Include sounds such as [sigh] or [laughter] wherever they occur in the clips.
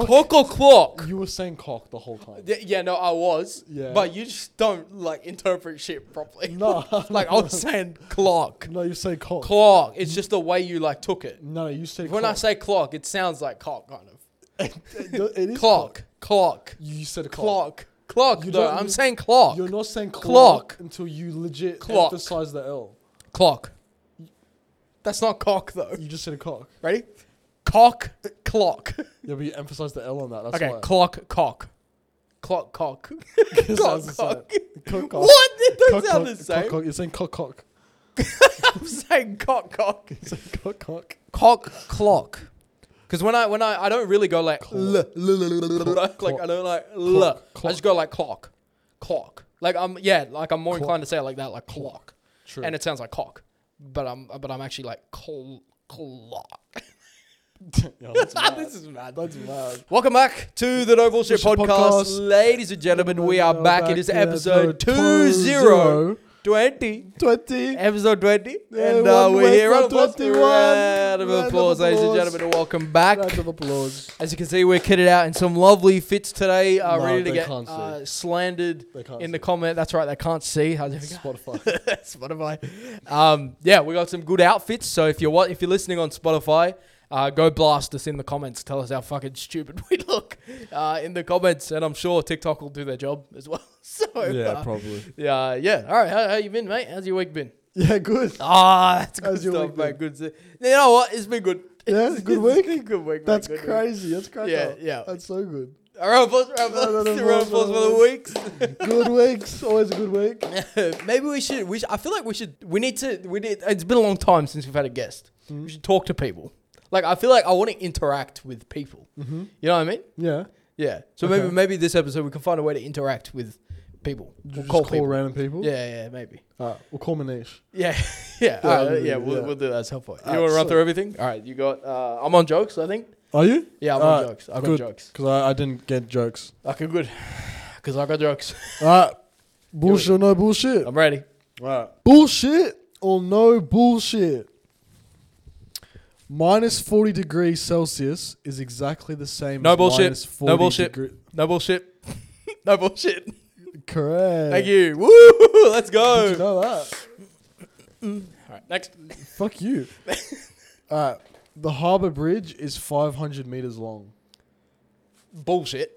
Coco clock. You were saying cock the [laughs] whole time. Yeah, yeah, no, I was. Yeah. But you just don't like interpret shit properly. [laughs] No. [laughs] like I was saying clock. No, you say cock. Clock. It's just the way you like took it. no, you say When I cock. say clock, it sounds like cock kind of. it is Clock. Clock. You said cock. Clock. Clock. You though. don't- I'm you- saying clock. You're not saying clock, Clock. until you legit Clock. emphasize the L. Clock. That's not cock though. You just said cock. Ready? Cock. Clock. Yeah, but you emphasize the L on that. That's [laughs] okay. [laughs] why. Clock. Cock. Clock. Cock. It sounds the cock, same. Cock, [laughs] cock. What? It Cock, don't sound cock, the same. Cock, cock. You're saying cock, cock. [laughs] [laughs] I'm saying cock. Cock. You're saying cock, cock. cock clock. Because when I when I I don't really go like l, l, l, l, l, Clock, like I clock, don't like clock, l. I clock. just go like clock, clock. Like I'm yeah like I'm more Clock. inclined to say it like that like clock, True. and it sounds like cock, but I'm but I'm actually like cl- clock. [laughs] yeah, that's [laughs] mad. this is mad. [laughs] That's mad. Welcome back to the Noble Ship Bullshit podcast. Podcast. ladies and gentlemen. We are back. It is to episode two zero two zero twenty. twenty. Episode 20, Yeah, and uh, one we're way here for on 21. Round of Round of applause, ladies and applause. gentlemen, and welcome back. Round of applause. As you can see, we're kitted out in some lovely fits today. Uh, No, ready to they get can't see. uh, slandered They can't in see. the comment. That's right, they can't see. How's [laughs] it go? [laughs] Spotify. Spotify. Um, yeah, we got some good outfits. So if you're wa- if you're listening on Spotify, uh, go blast us in the comments. Tell us how fucking stupid [laughs] we look uh, in the comments, and I'm sure TikTok will do their job as well. [laughs] So uh, probably. yeah, yeah. All right, how, how you been, mate? How's your week been? Yeah, [laughs] good. Ah, that's good How's your stuff, week mate. Good. s- You know what? It's been good. Yeah, it's a good It's week. been a good week. mate. That's Good week. crazy. That's crazy. Oh, Yeah, yeah. That's so good. All right, boss. All right, No, boss. All no, no, no, right, no, boss no, for the no. weeks. Good weeks. Always a good [laughs] week. Maybe we should. We should, I feel like we should. We need to. We need. It's been a long time since we've had a guest. We should talk to people. Like I feel like I want to interact with people. You know what I mean? Yeah. Yeah. So maybe Okay. maybe this episode we can find a way to interact with people. Did you We'll just call call, people. random people? Yeah, yeah, maybe. [laughs] Alright, we'll call Manish. Yeah, [laughs] yeah, Yeah, all right, that'd be yeah. good, We'll, yeah. we'll do that at some point. You Alright, want to run so- through everything? All right, you got. Uh, I'm on jokes, I think. Are you? Yeah, I'm on Alright, jokes. I've good. got jokes. Because I, I didn't get jokes. Okay, good. [laughs] Because I got jokes. Alright. Bullshit or no bullshit? I'm ready. Alright. Bullshit or no bullshit? Minus 40 degrees Celsius is exactly the same No as bullshit. minus No 40 bullshit. degree- No bullshit. [laughs] no bullshit. Correct. Thank you. Woo! [laughs] Let's Did go. you know that? All right, next. [laughs] Fuck you. Alright. The harbour bridge is 500 meters long. Bullshit.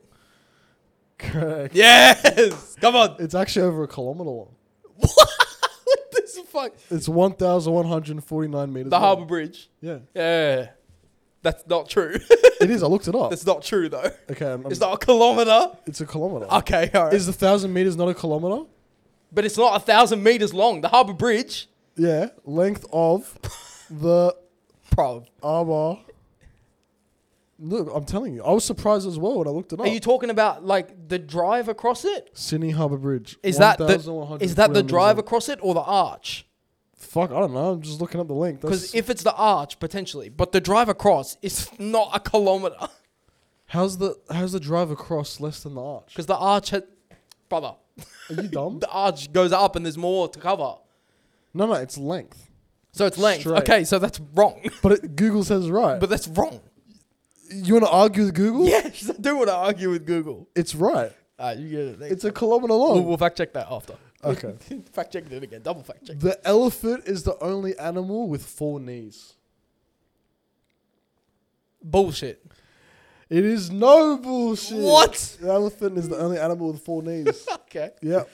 Correct. Yes. [laughs] Come on. It's actually over a kilometer long. What this fuck? It's 1,149 meters. The long. Harbour Bridge. Yeah, Yeah. That's not true. Um, it is. I looked it [laughs] up. That's not true though. okay, I'm, I'm- It's not a kilometer. it's a kilometer. Okay. All right. Is the thousand meters not a kilometer? but it's not a thousand meters long. The Harbour Bridge. Yeah, length of the Bro. arbor. Look, I'm telling you, I was surprised as well when I looked it up. Are you talking about like the drive across it? Sydney Harbour Bridge. Is that the 1,149 is that the meters drive long. across it or the arch? Fuck, I don't know. I'm just looking up the length. Because That's, if it's the arch, potentially, but the drive across is not a kilometer. how's the how's the drive across less than [laughs] the arch? Because the arch, had, brother, Are you dumb? the arch goes up and there's more to cover. no, no, it's length. So it's length. Straight. Okay, so that's wrong. But it, Google says [laughs] right. but But that's wrong. you want to argue with Google? [laughs] Yes, I do want to argue with Google. It's right. Uh, you get it. It's a kilometer we'll, long. we'll fact check that after. Okay. [laughs] fact check it again. Double fact check. The elephant is the only animal with four knees. Bullshit. It is no bullshit. What? The elephant is the only animal with four knees. [laughs] Okay. yep.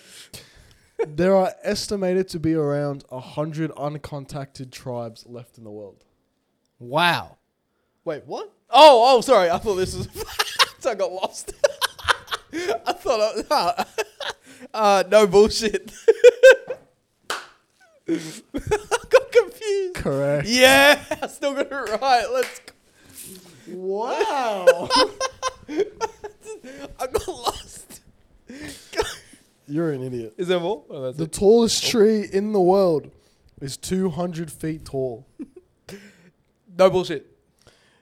There are estimated to be around 100 uncontacted tribes left in the world. Wow. Wait, what? Oh, oh, sorry. I thought this was. [laughs] I got lost. [laughs] I thought. I, [laughs] uh, no bullshit. [laughs] I got confused. [laughs] Correct. Yeah, I still got it right. Let's. Go. [laughs] Wow. I got lost. You're an idiot. Is there more? Oh, that's The it. tallest tree in the world is 200 feet tall. No bullshit.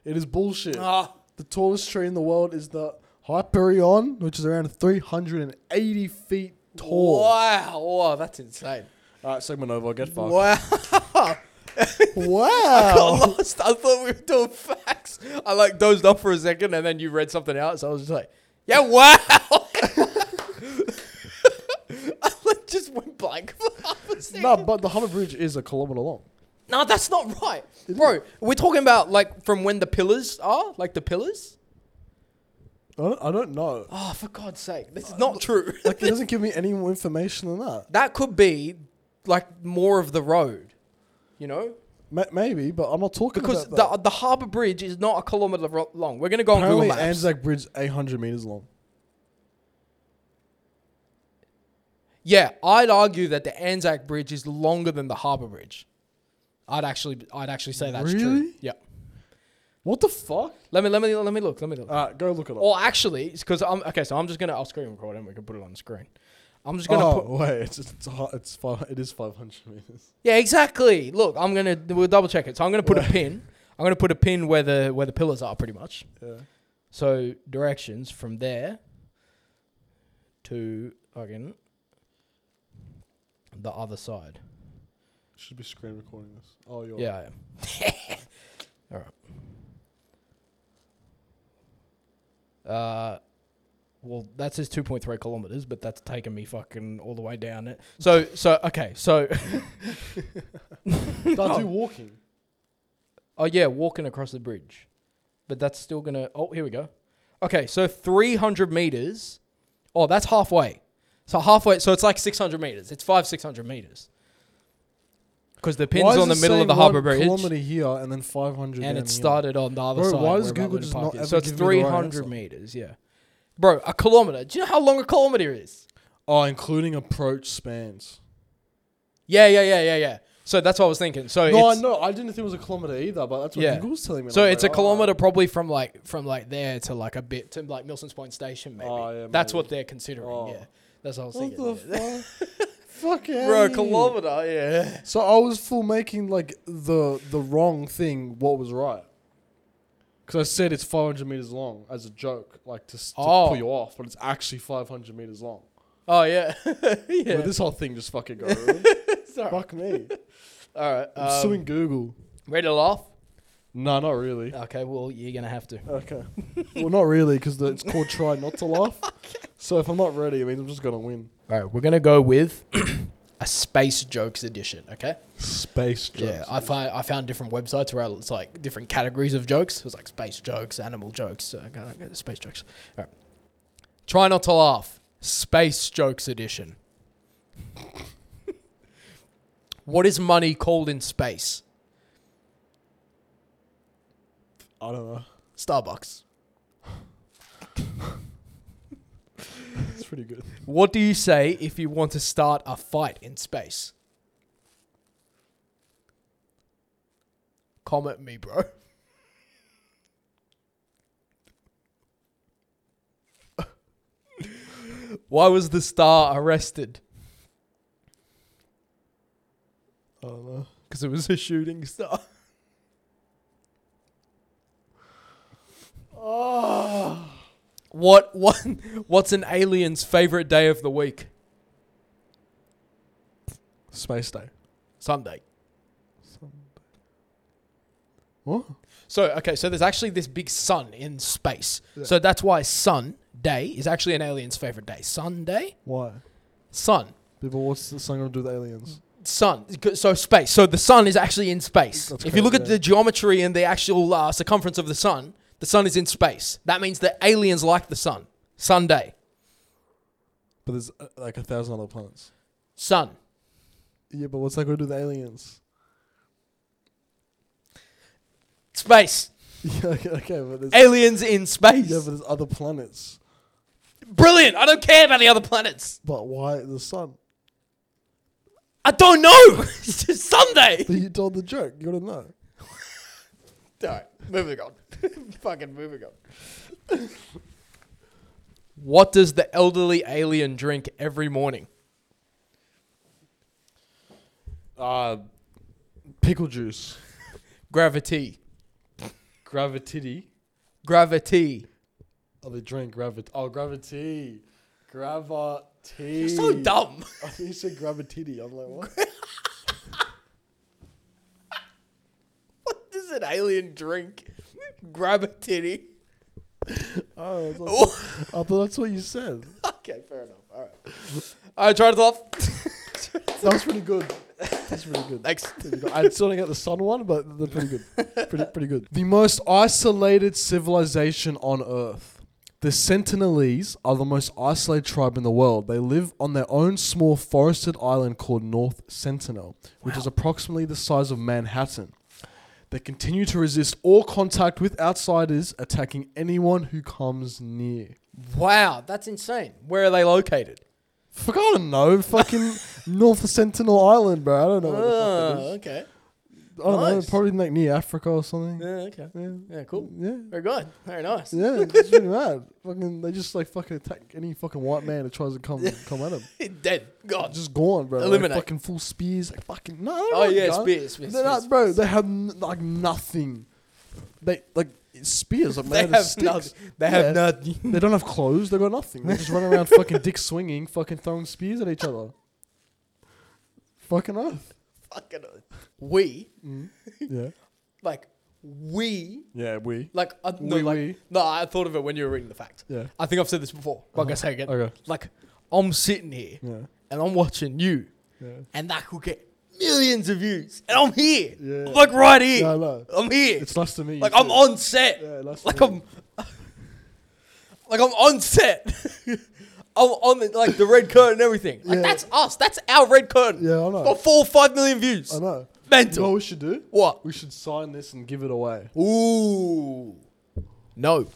It is bullshit. Ah, The tallest tree in the world is the Hyperion, which is around 380 feet tall. wow, wow, that's insane. All right, segment over. Get fucked. Wow, [laughs] I got [laughs] [laughs] wow. lost. I thought we were doing facts. I like dozed off for a second and then you read something out. So I was just like, yeah, wow. [laughs] I like just went blank for half a second. No, but the Humber Bridge is a kilometer long. No, that's not right. Isn't Bro, we're talking about like from when the pillars are, like the pillars. I don't, I [laughs] don't know. Oh, for God's sake. This is not true. Like, it doesn't give me any more information than that. that could be like more of the road, you know? Ma maybe, but I'm not talking Because about that. the, the harbour bridge is not a kilometre ro- long. We're going to go on Apparently, Google Maps. Anzac Bridge 800 meters long. Yeah, I'd argue that the Anzac Bridge is longer than the Harbour Bridge. I'd actually, I'd actually say that's true. Really? Yeah. What the fuck? Let me, let me, let me look. Let me look. Uh, go look it up. or actually, because I'm okay. So I'm just gonna, I'll screen record and we can put it on the screen. I'm just gonna oh put. [laughs] wait, it's it's, hot- it's five, it is 500 meters. Yeah, exactly. Look, I'm gonna, we'll double check it. So I'm gonna put a pin. I'm gonna put a pin where the where the pillars are, pretty much. Yeah. So directions from there to again the other side. Should be screen recording this. Oh, you're Yeah, I am. All right. Uh, well, that says 2.3 kilometers, but that's taken me fucking all the way down it. So, so okay, so Right. [laughs] I do walking. oh yeah, walking across the bridge, but that's still gonna. Oh, here we go. Okay, so 300 meters. Oh, that's halfway. So halfway. So it's like 600 meters. It's five 600 meters. Because the pin's Why is on the it middle of saying the one harbour bridge. Kilometer here and then 500. and it down here? started on the other Bro, side. why where does Mount Google Lebanon just Park not is. ever So it's give me the right 300 answer? meters, yeah. Bro, a kilometer. Do you know how long a kilometer is? Oh, including approach spans. Yeah, yeah, yeah, yeah, yeah. So that's what I was thinking. So no, I it's, know. I didn't think it was a kilometer either, but that's what Yeah. Google was telling me. so and I'm it's a like, oh. kilometer probably from like from like there to like a bit to like Milson's Point Station maybe. Oh, yeah, that's maybe. what they're considering. Oh. Yeah, that's what I was What thinking. the yeah. fuck? [laughs] Fuck [laughs] yeah. Bro, a kilometer. Yeah. So I was full making like the the wrong thing. What was right? Because I said it's 500 meters long as a joke, like to, s- to Oh. pull you off, but it's actually 500 meters long. [laughs] Oh yeah. [laughs] yeah. Bro, this whole thing just fucking [laughs] got ruined. Fuck me. All right. I'm um, suing Google. ready to laugh? No, not really. Okay. Well, you're gonna have to. Okay. [laughs] well, not really, because it's called try not to laugh. So if I'm not ready, it means I'm just gonna win. All right. We're gonna go with [clears throat] a space jokes edition. Okay. Space Yeah, I found I found different websites where it's like different categories of jokes. It was like space jokes, animal jokes, uh, go- go- space jokes. All right. Try not to laugh. Space jokes edition. [laughs] what is money called in space? I don't know. [laughs] Starbucks. It's pretty good. What do you say if you want to start a fight in space? Comment me, bro. [laughs] Why was the star arrested? I don't know. Because it was a shooting star. [laughs] Oh. Ah. What [laughs] what what's an alien's favorite day of the week? Space Day. Sunday. What? So okay, so there's actually this big sun in space. Yeah. So that's why sun day is actually an alien's favorite day. Sunday, Why? sun, People, what's the song gonna do with aliens? sun. So space. So the sun is actually in space. That's if you look crazy, at yeah. the geometry and the actual uh, circumference of the sun, the sun is in space. That means the aliens like the sun. Sunday, But there's uh, like a thousand other planets. sun. Yeah, but what's that gonna do with aliens? Space. [laughs] yeah, okay, okay, but there's Aliens in space. yeah, but there's other planets. Brilliant. I don't care about the other planets. But why the sun? I don't know. [laughs] it's just Sunday. But you told the joke. You gotta know. All right, moving on. [laughs] Fucking moving on. what does the elderly alien drink every morning? Uh, pickle juice. Gravity. Gravity. Gravity. Oh, they drink gravity. Oh, gravity. Gravity. Oh, You're so dumb. [laughs] I thought you said gravity. I'm like, what? an alien drink. Grab a titty. Oh, I, was like- Oh, I thought that's what you said. [laughs] okay, fair enough. All right. All right, try it off. That was pretty good. That's pretty good. Thanks. There you go. I still didn't get the sun one, but they're pretty good. Pretty, pretty good. The most isolated civilization on Earth. The Sentinelese are the most isolated tribe in the world. They live on their own small forested island called North Sentinel, which is approximately the size of Manhattan. They continue to resist all contact with outsiders, attacking anyone who comes near. Wow, that's insane. Where are they located? Fuck, I don't know. [laughs] Fucking North Sentinel Island, bro. I don't know what the fuck it Oh, is. okay. I don't Nice. know. Probably like near Africa or something. Yeah, okay. Yeah. Yeah, cool. Yeah. Very good. Very nice. Yeah, it's really mad. Fucking, they just like fucking attack any fucking white man that tries to come come at him. [laughs] Oh, Dead. God. Just gone, bro. Like, Eliminate. fucking full spears. Like fucking no. Oh, yeah, guns. spears. spears, They're not, spears, bro. spears. They have n- like nothing. They like spears. Like, They made out of have sticks. nothing. They have Yeah. nothing. [laughs] They don't have clothes. They got nothing. They just run around fucking dick swinging, fucking throwing spears at each other. Fucking earth. Fucking oath. we Yeah. like we Yeah, we. like uh, no, We- like, we. no. I thought of it when you were reading the facts. Yeah. I think I've said this before. But I'm gonna say it again. Okay. Like I'm sitting here Yeah. and I'm watching you, Yeah. and that could get millions of views, and I'm here. Yeah. I'm like right here. No, no. I'm here. It's nice to meet you. like I'm too. on set. Yeah, nice like to I'm. [laughs] meet Like I'm on set. [laughs] I'm on the, like the red curtain and everything. Like Yeah. that's us. That's our red curtain. Yeah, I know. Got four, five million views. I know. You know Mental. what we should do? What? We should sign this and give it away. Ooh. No.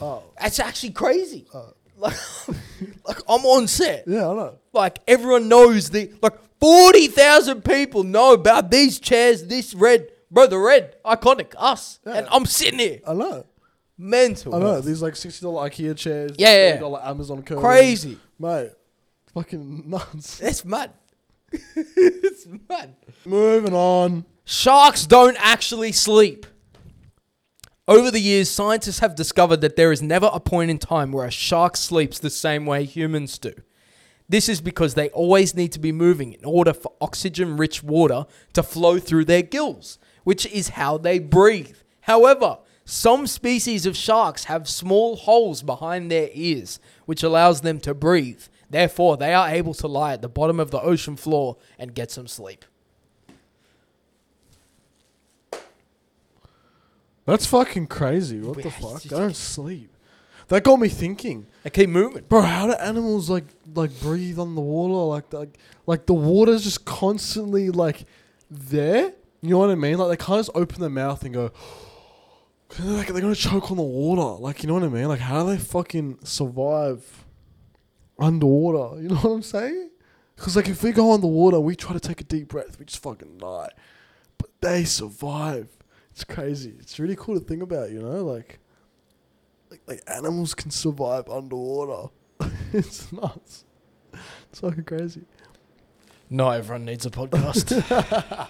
Oh. That's actually crazy. [laughs] Like, like I'm on set. Yeah, I know. Like everyone knows the like forty thousand people know about these chairs, this red bro, the red iconic us, and Yeah. I'm sitting here I know. mental. I know. These like sixty dollar IKEA chairs. Yeah, yeah, yeah. dollar Amazon curtains. Crazy. mate. Fucking nuts. [laughs] That's mad. [laughs] it's mad. Moving on. Sharks don't actually sleep. Over the years, scientists have discovered that there is never a point in time where a shark sleeps the same way humans do. This is because they always need to be moving in order for oxygen rich water to flow through their gills, which is how they breathe. However, some species of sharks have small holes behind their ears, which allows them to breathe. Therefore, they are able to lie at the bottom of the ocean floor and get some sleep. That's fucking crazy. What Wait, the I fuck? just- I don't sleep. That got me thinking, They keep moving. bro. How do animals like like breathe on the water? Like like like the water's just constantly like there. You know what I mean? Like they can't just open their mouth and go. [gasps] 'Cause They're, like, they're gonna choke on the water. Like you know what I mean? Like how do they fucking survive underwater? [laughs] You know what I'm saying? Because like if we go underwater, we try to take a deep breath, we just fucking die. But they survive. It's crazy. It's really cool to think about. You know, like like, like animals can survive underwater. [laughs] it's nuts. It's fucking crazy. Not everyone needs a podcast.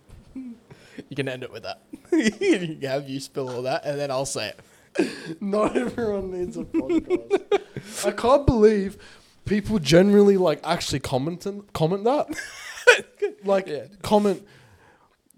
[laughs] you can end it with that. [laughs] you can have you spill all that, and then I'll say it. Not everyone needs a podcast. I can't believe people generally like actually comment and comment [laughs] that. like Yeah. comment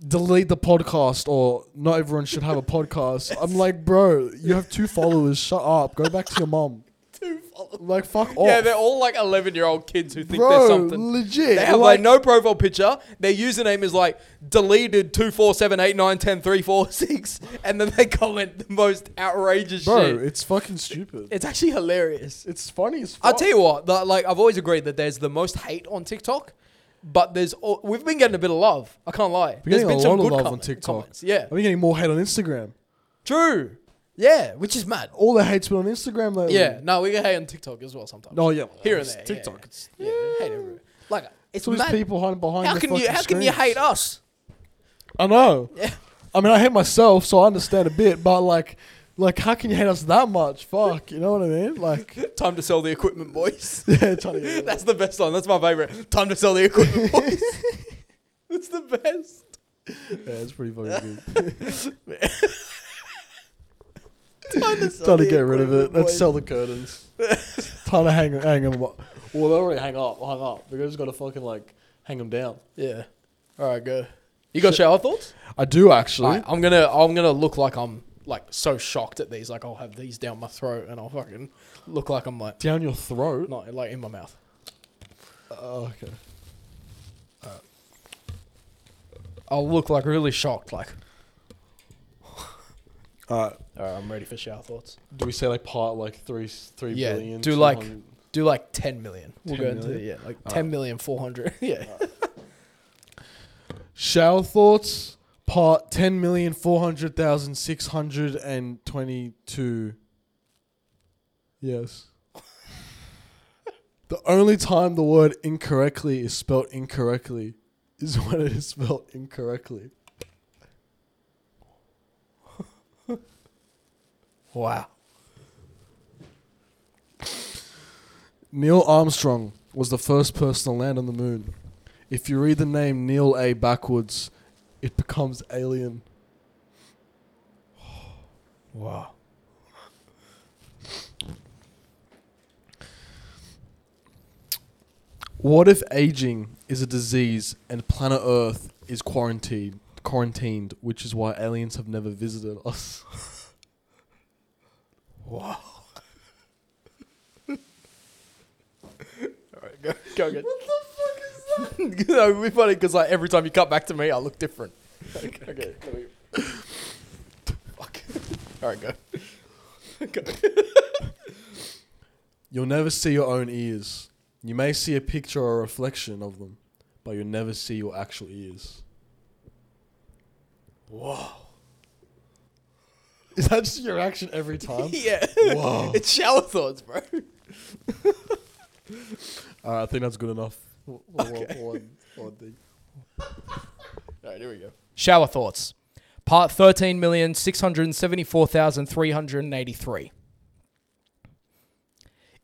delete the podcast or not everyone should have a podcast. I'm like, bro, you have two followers, shut up. Go back to your mom. Two followers. Like fuck off. Yeah, they're all like 11 year old kids who think bro, they're something. legit. They have like, like, no profile picture. Their username is like deleted two four seven eight nine ten three four six, and then they comment the most outrageous bro, shit. it's fucking stupid. It's actually hilarious. It's funny as fuck. I'll tell you what, the, like I've always agreed that there's the most hate on TikTok, but there's al- we've been getting a bit of love. I can't lie. We're getting there's been a some lot of good love on comment- TikTok. comments, Yeah, I've been getting more hate on Instagram. true. Yeah, which is mad. All the hate's been on Instagram lately. Yeah, no, we get hate on TikTok as well sometimes. No, yeah. here and it's there. yeah, TikTok. yeah. It's, yeah, hate everywhere. Like it's it's all these mad. people hiding behind how their can you fucking how can you screens. hate us? I know. Yeah. I mean, I hate myself, so I understand a bit, but like, like, how can you hate us that much? Fuck, you know what I mean? [laughs] [laughs] Like, [laughs] Time to sell the equipment, [laughs] boys. yeah, trying to get rid of it. That's the best one. That's my favorite. Time to sell the [laughs] equipment, boys. That's the best. yeah, it's [laughs] pretty fucking good. Time to, sell trying to the get rid of it. equipment, Let's boys. sell the curtains. [laughs] time to hang, hang them up. Well, they already hang up, hung up. We just got to fucking like hang them down. Yeah. All right, go. You got shower thoughts? I do actually. Alright, I'm gonna I'm gonna look like I'm like so shocked at these. Like I'll have these down my throat and I'll fucking look like I'm like Down your throat. not like in my mouth. Oh, okay. I'll look like really shocked. Like All right. all right, I'm ready for shower thoughts. Do we say like part like three three Yeah, billion, do, like- 200? Do like 10 million. We'll 10 go into million? yeah, like ten million four hundred. [laughs] yeah. shower thoughts part ten million four hundred thousand six hundred and twenty two. Yes. [laughs] the only time the word incorrectly is spelt incorrectly is [laughs] when it is spelt incorrectly. Wow. Neil Armstrong was the first person to land on the moon. If you read the name Neil A backwards, it becomes alien. Wow. What if aging is a disease and planet Earth is quarantined? Quarantined, which is why aliens have never visited us. [laughs] Wow. Alright, go go [laughs] again. What the fuck is that? [laughs] that would be funny because like every time you cut back to me I look different. Okay, okay. let [laughs] me- Fuck. Alright, [laughs] go. You'll never see your own ears. You may see a picture or a reflection of them, but you'll never see your actual ears. Whoa. Is that just your reaction [laughs] every time? [laughs] Yeah. Whoa. it's shower thoughts, bro. Alright, I think that's good enough. Okay. one thing. [laughs] Alright, here we go. Shower thoughts. Part thirteen million six hundred and seventy four thousand three hundred and eighty three.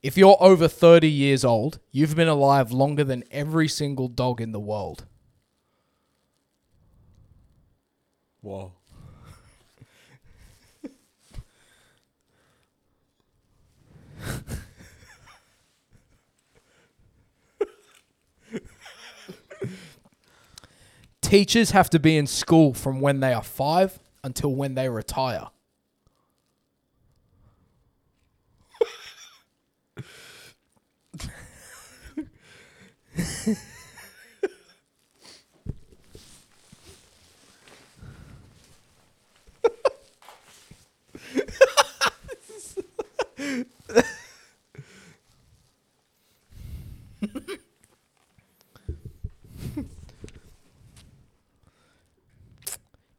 If you're over thirty years old, you've been alive longer than every single dog in the world. Wow. Teachers have to be in school from when they are five until when they retire.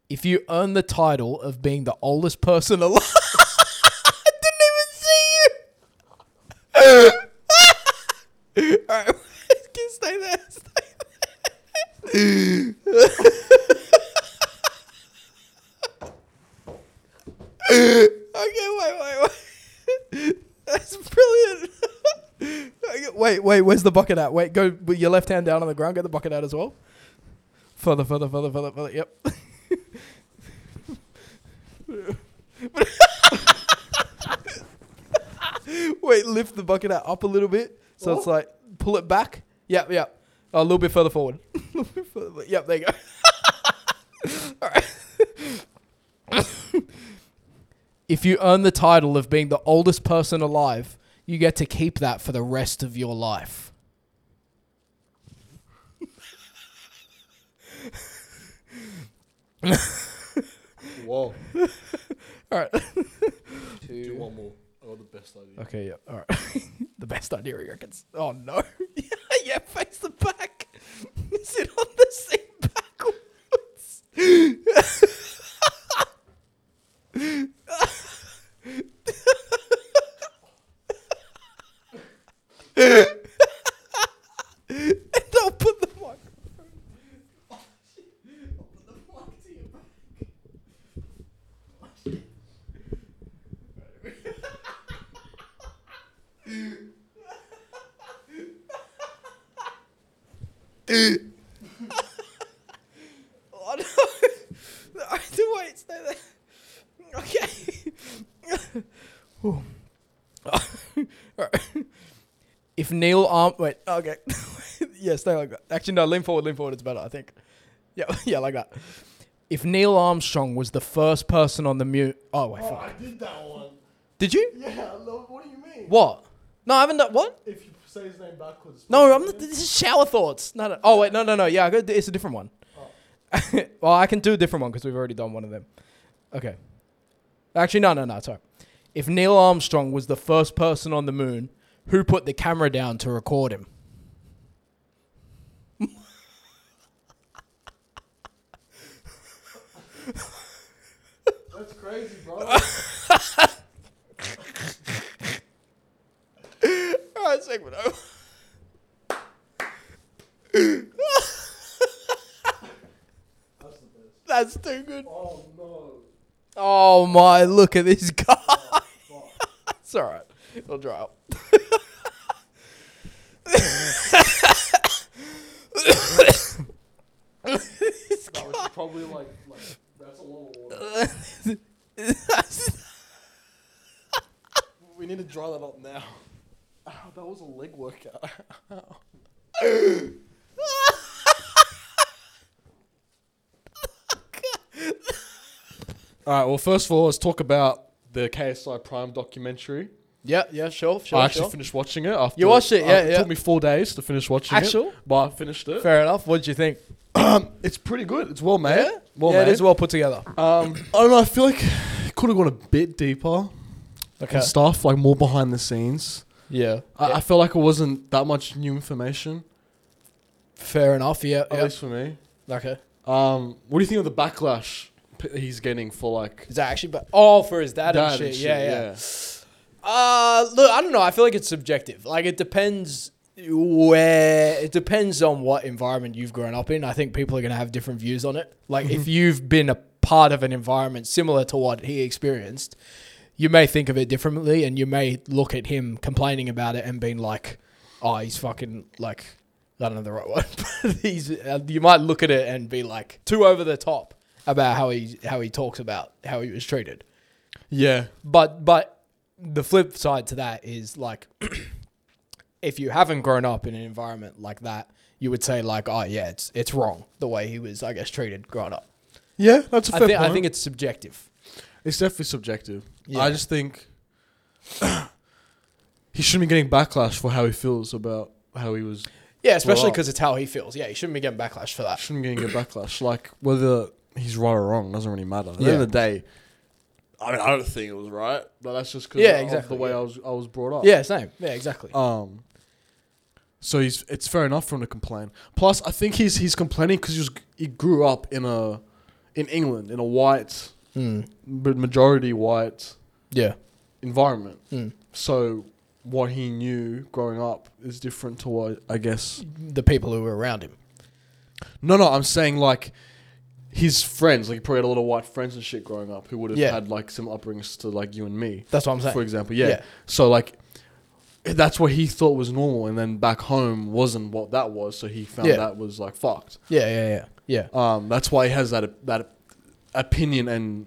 If you earn the title of being the oldest person alive, [laughs] I didn't even see you. [laughs] All right, [laughs] can you stay there. [laughs] Stay there. [laughs] okay, wait, [laughs] wait, wait. That's brilliant. [laughs] Okay, wait, wait. Where's the bucket at? Wait, go with your left hand down on the ground. Get the bucket out as well. Further, further, further, further, further. Yep. Wait, lift the bucket out up a little bit. So it's like pull it back. Yep, yep. A little bit further forward. [laughs] A little bit further- yep, there you go. [laughs] All right. [laughs] if you earn the title of being the oldest person alive, you get to keep that for the rest of your life. Wow. All right. [laughs] Do one more. I got the best idea. Okay, yeah. All right. [laughs] the best idea, he reckons. Oh, no. [laughs] yeah, face the back. [laughs] Sit on the seat backwards. [laughs] and I'll put the mic. Oh, shit. I'll put the mic to your back. Oh, shit. Oh no! [laughs] I do wait, stay there. [laughs] Okay. Whew. Alright. [laughs] If Neil Arm wait, okay. yeah, stay like that. Actually no, lean forward, lean forward, it's better, I think. Yeah, [laughs] yeah, like that. If Neil Armstrong was the first person on the mute. Oh wait, fuck. I did that one. Did you? Yeah, no, what do you mean? What? No, I haven't done what? If you say his name backwards. No, I'm not, this is shower thoughts. No, no. Oh wait, no, no, no. Yeah, I got, it's a different one. [laughs] well, I can do a different one because we've already done one of them. Okay. Actually, no, no, no. Sorry. If Neil Armstrong was the first person on the moon, who put the camera down to record him? That's crazy, [laughs] bro. All right, segment over. [laughs] That's the best. That's too good. Oh no. Oh my! Look at this [laughs] guy. Fuck. It's all right. It'll dry up. That was probably like, like that's a lot of water. We need to dry that up now. Ow, that was a leg workout. All right. Well, first of all, let's talk about the KSI Prime documentary. [laughs] yeah, yeah, sure, sure, I actually sure. finished watching it. After You watched it, uh, yeah, It yeah. took me four days to finish watching Actual? it, but I finished it. Um, Fair enough. What did you think? It's pretty good. It's well made. Yeah, Well yeah made. it is well put together. Um, I don't know. I feel like it could have gone a bit deeper Okay. and stuff, like more behind the scenes. Yeah. I, I feel like it wasn't that much new information, Fair enough. Yeah. at yeah. least for me. Okay. Um, what do you think of the backlash p- he's getting for like Is that actually? But oh, for his dad, and that shit. yeah, yeah. Uh, look, I don't know. I feel like it's subjective. Like it depends where it depends on what environment you've grown up in. I think people are gonna have different views on it. Like if you've been a part of an environment similar to what he experienced, you may think of it differently, and you may look at him complaining about it and being like, "Oh, he's fucking like." I don't know the right word. [laughs] But he's, uh, you might look at it and be like too over the top about how he how he talks about how he was treated. Yeah. But but the flip side to that is like [clears throat] if you haven't grown up in an environment like that, you would say like, oh yeah, it's it's wrong the way he was, I guess, treated growing up. Yeah, that's a I fair think point. I think it's subjective. It's definitely subjective. Yeah. I just think [coughs] he shouldn't be getting backlash for how he feels about how he was. Yeah, especially Well- because it's how he feels. Yeah, you shouldn't be getting backlash for that. Shouldn't be getting a backlash. Like whether he's right or wrong doesn't really matter. At the Yeah. end of the day, I mean, I don't think it was right, but that's just because Yeah, of exactly, the way yeah. I was I was brought up. Yeah, same. Yeah, exactly. Um. So he's it's fair enough for him to complain. Plus, I think he's he's complaining because he was he grew up in a in England in a white Mm. but majority white Yeah. environment. Mm. So what he knew growing up is different to what I guess. The people who were around him. No, no, I'm saying like his friends. Like he probably had a lot of white friends and shit growing up who would have Yeah. had like similar upbringings to like you and me, That's what I'm saying. for example. Yeah. Yeah. So like that's what he thought was normal, and then back home wasn't what that was. So he found Yeah. that was like fucked. yeah, yeah, yeah. Yeah. Um, that's why he has that that opinion and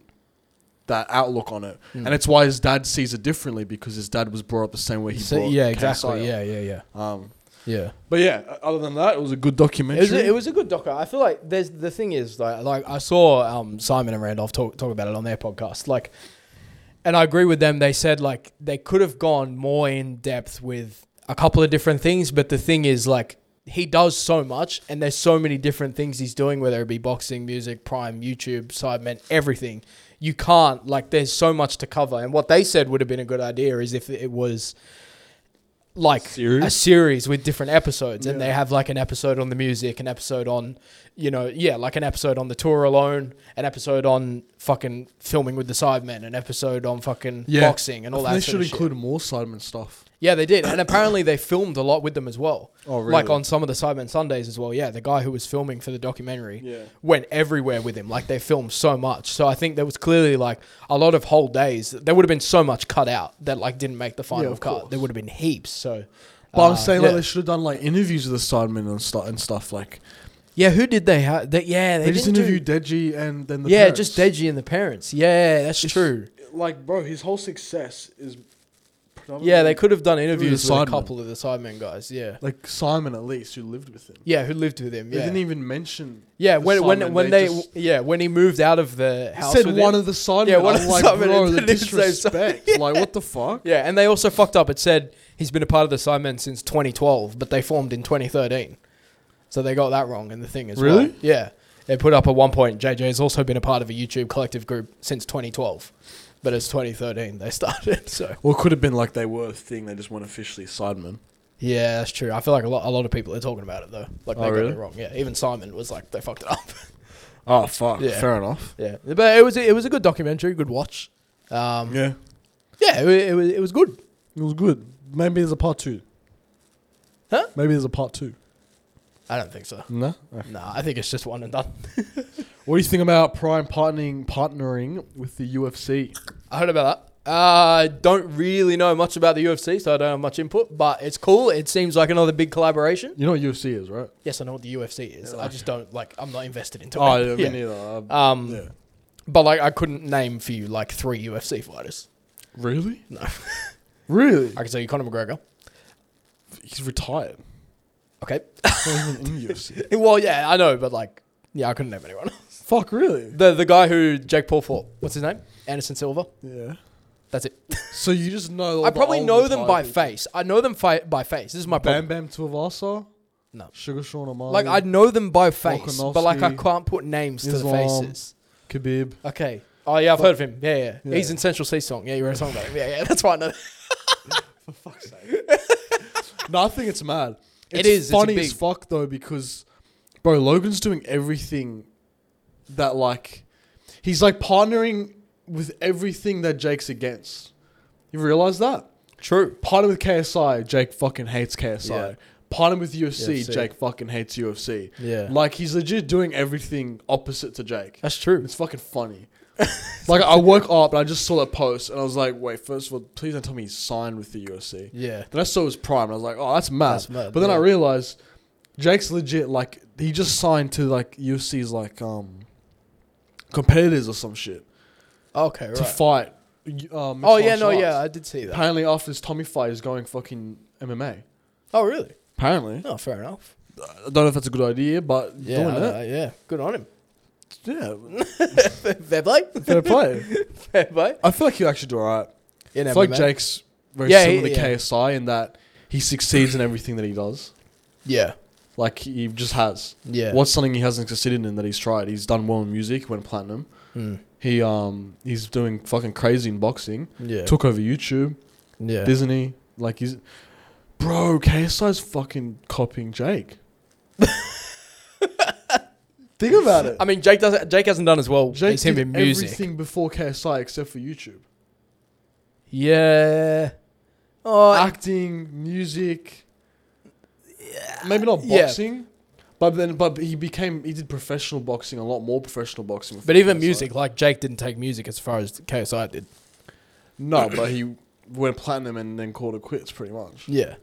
that outlook on it, Hmm. and it's why his dad sees it differently because his dad was brought up the same way he. So- brought yeah, KSI up. exactly. Yeah, yeah, yeah. Um, Yeah. but yeah, o- other than that, it was a good documentary. It was, a, it was a good doco. I feel like there's the thing is like like I saw um, Simon and Randolph talk talk about it on their podcast. Like, and I agree with them. They said like they could have gone more in depth with a couple of different things, but the thing is like he does so much, and there's so many different things he's doing, whether it be boxing, music, Prime, YouTube, Sidemen, everything. You can't like there's so much to cover. And what they said would have been a good idea is if it was like Series? a series with different episodes and Yeah. they have like an episode on the music an episode on you know yeah like an episode on the tour alone an episode on fucking filming with the sidemen an episode on fucking Yeah. boxing and all I think that sort they should of shit. include more Sidemen stuff. yeah they did and apparently they filmed a lot with them as well Oh, like really? on some of the sidemen sundays as well yeah the guy who was filming for the documentary Yeah. went everywhere with him like they filmed so much so i think there was clearly like a lot of whole days there would have been so much cut out that like didn't make the final of cut course. there would have been heaps so But uh, I'm saying yeah. like they should have done like interviews with the Sidemen and stuff and stuff like Yeah, who did they have? They, yeah, they, they, just didn't do- interviewed Deji and then the yeah, parents. just Deji and the parents. Yeah, that's It's- true. Like bro, his whole success is Yeah, they could have done interviews with a Sidemen. couple of the Sidemen guys. Yeah. like Simon at least who lived with him. Yeah, who lived with him. They Yeah. didn't even mention. yeah, the when when Sidemen, when they they, just- yeah, when he moved out of the He house said with one him- of the Sidemen. Yeah, one I'm of the like, Sidemen, bro, and the then it says disrespect. Like, what the [laughs] fuck? yeah, and they also fucked up. It said he's been a part of the Sidemen since 2012, but they formed in 2013. So they got that wrong in the thing as well. Really? Yeah. They put up at one point, JJ has also been a part of a YouTube collective group since 2012, but it's 2013 they [laughs] started. So, Well, it could have been like they were a thing. They just weren't officially Sidemen. yeah, that's true. I feel like a lot, a lot of people are talking about it, though. Like, they Oh, got really? it wrong. Yeah, even Simon was like, they fucked it up. [laughs] Oh fuck. Yeah. Fair enough. yeah. But it was, it was a good documentary, good watch. Um, yeah, Yeah, it, wa- it, was, it was good. it was good. Maybe there's a part two. Huh? Maybe there's a part two. I don't think so. No. Nah, I think it's just one and done. What do you think about Prime partnering partnering with the UFC? I heard about that. Uh, don't really know much about the UFC, so I don't have much input. But it's cool. It seems like another big collaboration. You know what UFC is, right? Yes, I know what the UFC is. I just don't like. I'm not invested into [laughs] Oh, yeah, it. me neither. Uh, Um, yeah. but like, I couldn't name for you like three UFC fighters. Really? No. [laughs] Really? I can tell you Conor McGregor. He's retired. Okay. He's [laughs] not even in UFC. [laughs] well, yeah, I know, but like, yeah, I couldn't name anyone. [laughs] Fuck, really? the the guy who Jake Paul fought. What's his name? Anderson Silva. Yeah. That's it. So you just know. all I the probably old know them retired by people. face. I know them fi- by face. This is my problem. Bam Bam Tuivasa. No. Sugar Sean O'Malley. Like I know them by face, but like I Volkanovski, can't put names to the Islam. faces. Khabib. Okay. Oh yeah, I've heard of him. Yeah, yeah. Yeah. He's in Central Sea Song. Yeah, you wrote a song about him. Yeah, [laughs] yeah. That's why I know. [laughs] No, I think it's mad. It's It is, it's a funny big- as fuck though because, bro, Logan's doing everything that like, he's like partnering with everything that Jake's against. You realize that? True. Partner with KSI, Jake fucking hates KSI. Yeah. Partner with UFC, UFC. Jake fucking hates UFC. Yeah. Like he's legit doing everything opposite [laughs] to Jake. That's true. It's [laughs] fucking funny. like I woke up and I just saw that post and I was like, wait, first of all, please don't tell me he's signed with the UFC. Yeah. Then I saw his prime and I was like, oh, that's mad. That's mad, but then I yeah. realized Jake's legit. Like he just signed to like UFC's like um competitors or some shit Okay. Right. to fight. y- Uh, mixed oh yeah, martial no, yeah. arts. I did see that. Apparently, after this Tommy fight, he's going fucking MMA. Oh really? Apparently, No, fair enough. I don't know if that's a good idea, but Yeah. doing I- I- yeah. Good on him. [laughs] it, Fair play. [laughs] yeah, fair play. Fair play. I feel like he'll actually do alright. In it's like MMA. Jake's very Yeah, similar he- to yeah. KSI in that he succeeds in everything that he does. Yeah. Like he just has. Yeah. What's something he hasn't succeeded in that he's tried? He's done well in music, went platinum. Hmm. He um he's doing fucking crazy in boxing. Yeah. Took over YouTube, yeah. Disney. Like he's bro, KSI's fucking copying Jake. Think about it. I mean, Jake does. Jake hasn't done as well Jake as him did in music. everything before KSI except for YouTube. Yeah. Oh, acting, music. Maybe not Yeah. boxing, but then but he became he did professional boxing a lot more professional boxing. before but even KSI. music, like Jake didn't take music as far as KSI did. no, but he went platinum and then called it quits pretty much. Yeah.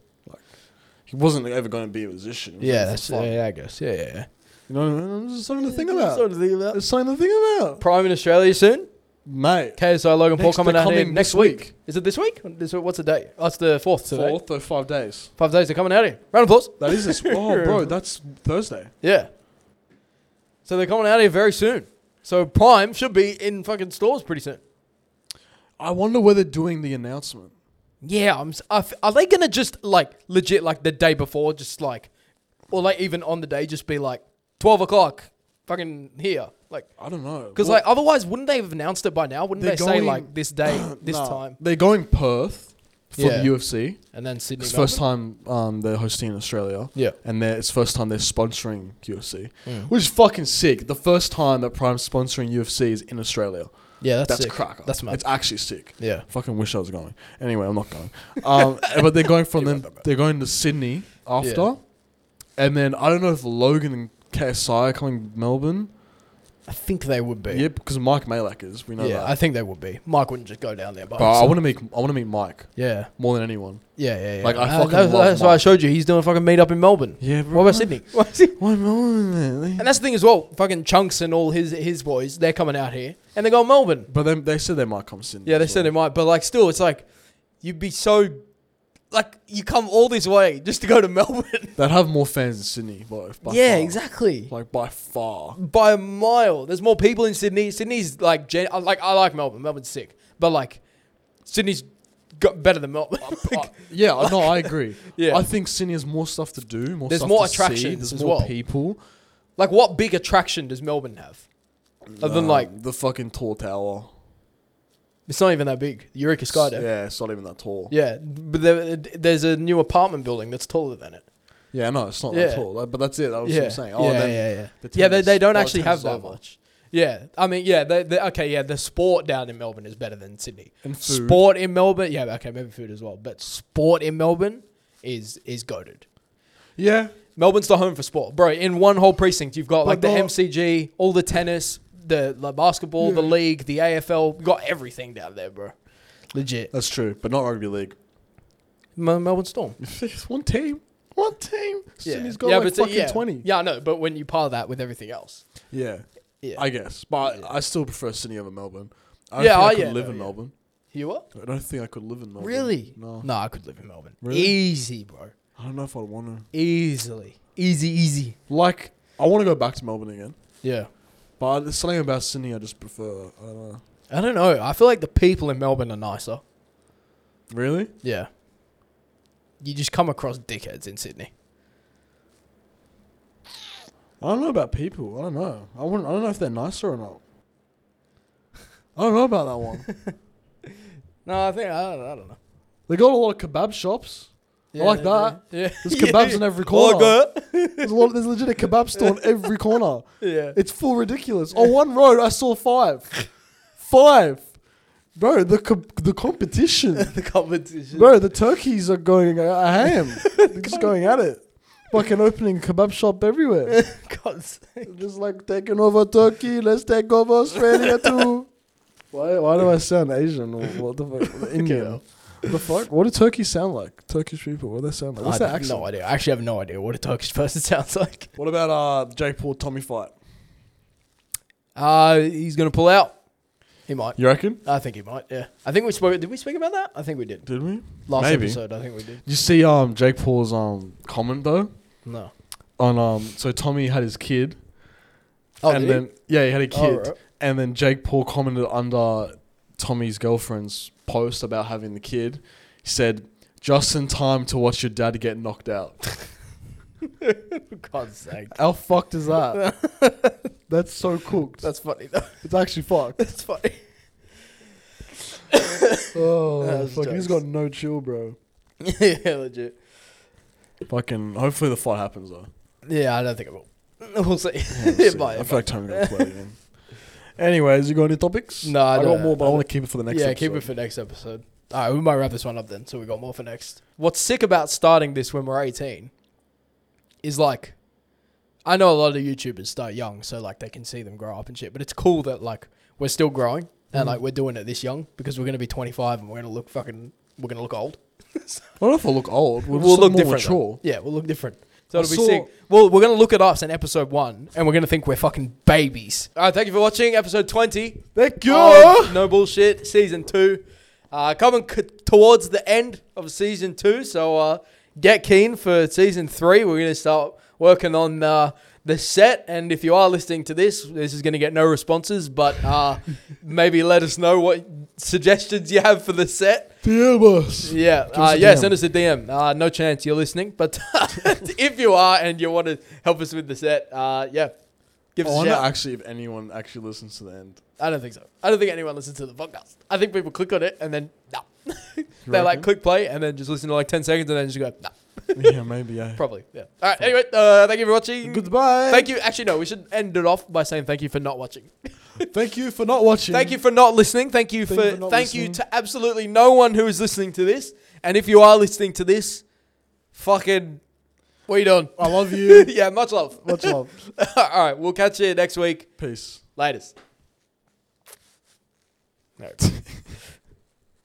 He wasn't ever going to be a musician. It was Yeah, for that's fun. yeah, I guess. Yeah, yeah, yeah. You know, what I mean? It's something to think That's about. something to think about. It's something to think about, Prime in Australia soon. mate. KSI Logan Paul Next- coming they're out here coming next this week. week. Is it this week? This, what's the date? Oh, it's the fourth today. Fourth or five days. Five days they're coming out here. Round of applause. That [laughs] is this. oh, bro, that's Thursday. Yeah. So they're coming out here very soon. So Prime should be in fucking stores pretty soon. I wonder where they're doing the announcement. Yeah, I'm. s- I f- Are they gonna just like legit like the day before, just like, or like even on the day, just be like twelve o'clock, fucking here, like. I don't know Because What- like otherwise, wouldn't they have announced it by now? Wouldn't They're they say going- like this day, [clears throat] this Nah. time, they're going Perth for Yeah. the UFC. and then Sydney? It's first time um, they're hosting in Australia. Yeah. Mm. And they're, it's first time they're sponsoring UFC, which is fucking sick. The first time that Prime's sponsoring UFC is in Australia. Yeah, that's That's sick. cracker. That's mad. It's actually sick. yeah. Fucking wish I was going. Anyway, I'm not going. [laughs] Um, but they're going from then they're going to Sydney after, Yeah. and then I don't know if Logan and KSI are coming to Melbourne. I think they would be. Yeah, because Mike Malak is. We know yeah, that. I think they would be. Mike wouldn't just go down there by but I himself. want to meet. I want to meet Mike Yeah, more than anyone. yeah, yeah, yeah. Like, I Uh, fucking that's, love that's why I Mike. showed you. He's doing a fucking meet up in Melbourne. Yeah, bro. What about [laughs] Sydney? What about Sydney? Why Melbourne? man? and that's the thing as well. Fucking chunks and all his his boys, they're coming out here and they go Melbourne. But then they said they might come Sydney. Yeah, they as said well. it might, but like still, it's like You'd be so like you come all this way just to [laughs] go to Melbourne. They'd have more fans in Sydney, both. By yeah, far. exactly. Like [laughs] by far. by a mile. There's more people in Sydney. Sydney's like gen- I like I like Melbourne. Melbourne's sick, but like Sydney's got better than Melbourne. [laughs] Uh, yeah, no, I agree. Yeah. I think Sydney has more stuff to do. More There's stuff more to see, attractions There's as more well. people. like what big attraction does Melbourne have? Other than like the fucking tall tower. it's not even that big. The Eureka Skydive. Yeah. Yeah, it's not even that tall. Yeah, but there, there's a new apartment building that's taller than it. no, it's not Yeah. that tall. That- But that's it. That was yeah. what I'm saying. Oh, yeah, then yeah, yeah. the yeah, they, they tennis- don't oh, actually tennis have is that over. much. Yeah, I mean, yeah, they, they, okay, yeah, the sport down in Melbourne is better than Sydney. And food. Sport in Melbourne, yeah, okay, maybe food as well, but sport in Melbourne is is goaded. Yeah, Melbourne's the home for sport, bro. In one whole precinct, you've got But like the not- MCG, all the tennis, the, the basketball, the Yeah. league, the AFL. You've got everything down there, bro. Legit. that's true. But not rugby league. Uh, [laughs] Mel- Melbourne Storm. It's one team. One team. Sydney's got like but so- fucking yeah. twenty. Yeah, I know, but when you par that with everything else, Yeah. Yeah. I guess. But Yeah. I still prefer Sydney over Melbourne. I don't Yeah, think oh, I could yeah, live no, in yeah. Melbourne. you what? I don't think I could live in Melbourne. Really? No. No, I could live in Melbourne. Really? Easy, bro. I don't know if I'd want to. Easily. Easy, easy. Like, I want to go back to Melbourne again. Yeah. But there's something about Sydney I just prefer. I don't know. I don't know. I feel like the people in Melbourne are nicer. Really? Yeah. You just come across dickheads in Sydney. I don't know about people. I don't know. I wouldn't. I don't know if they're nicer or not. I don't know about [laughs] that one. No, I think, I don't, I don't know. they got a lot of kebab shops. I like they that. do. Yeah. There's kebabs [laughs] in every corner. There's a lot. There's legit a kebab store in every corner. Yeah. It's full ridiculous. On one road, I saw five, five, bro. The com- the competition, [laughs] the competition. bro. The turkeys are going uh, ham. [laughs] They're just going at it. Fucking opening kebab shop everywhere. [laughs] God's sake. Just like taking over Turkey, let's take over [laughs] Australia too. Why, why do I sound Asian? Or what the [laughs] fuck? Indian? hell. the fuck? What do Turkeys sound like? Turkish people, what do they sound like? What's I their have accent? no idea. I actually have no idea what a Turkish person [laughs] sounds like. What about uh Jake Paul Tommy fight? Uh, he's going to pull out. He might. You reckon? I think he might, yeah. I think we spoke. Did we speak about that? I think we did. Did we? Last Maybe. episode, I think we did. You see um Jake Paul's um comment though No. on um so Tommy had his kid Oh, and did then he? Oh, yeah he Oh, had a kid Alright. and then Jake Paul commented under Tommy's girlfriend's post about having the kid. He said, "Just in time to watch your dad get knocked out." [laughs] For God's sake. How fucked is that? That's so [laughs] cooked. That's funny, though. It's [laughs] actually fucked. That's funny. Oh, That's fucking, he's jokes. got no chill, bro. yeah, legit. Fucking, hopefully the fight happens though. Yeah, I don't think it will. [laughs] We'll see. We'll see. [laughs] it might. I It feel like Tommy's gonna play [laughs] again. Anyways, you got any topics? No, I I don't. got more, but I I want to keep it for the might. next. yeah, episode. keep it for next episode. All right, we might wrap this one up then. So we got more for next. What's sick about starting this when we're 18 is like, I know a lot of YouTubers start young, so like they can see them grow up and shit. But it's cool that like we're still growing and Mhm. like we're doing it this young because we're gonna be 25 and we're gonna look fucking, we're gonna look old. I don't know if I look old. We'll, we'll look more different. mature. though. Yeah, we'll look different. So I it'll be saw- sick. Well, we're gonna look at us in episode one, and we're gonna think we're fucking babies. All right, thank you for watching episode twenty. Thank you. of Oh, No bullshit, season two. Uh, coming c- towards the end of season two, so uh, get keen for season three. We're gonna start working on uh, the set, and if you are listening to this, this is gonna get no responses, but uh, [laughs] maybe let us know what suggestions you have for the set. DM us. Yeah, us uh, a yeah. DM. Send us a DM. Uh, no chance you're listening, but [laughs] if you are and you want to help us with the set, uh, yeah, give I us a wonder shout. actually if anyone actually listens to the end. [laughs] I don't think so. I don't think anyone listens to the podcast. I think people click on it and then no, [laughs] You they like reckon? click play and then just listen to like ten seconds and then just go no, yeah, maybe. Yeah. probably yeah. All right. Anyway, uh, thank you for watching. Goodbye. Thank you. Actually, no, we should end it off by saying thank you for not watching. Thank you for not watching. Thank you for not listening. Thank you Thank you for, for not thank you listening. to absolutely no one who is listening to this. And if you are listening to this, fucking, what you doing? I love you. [laughs] yeah, much love. Much love. All right, we'll catch you next week. Peace. Latest.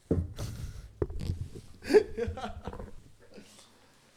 No.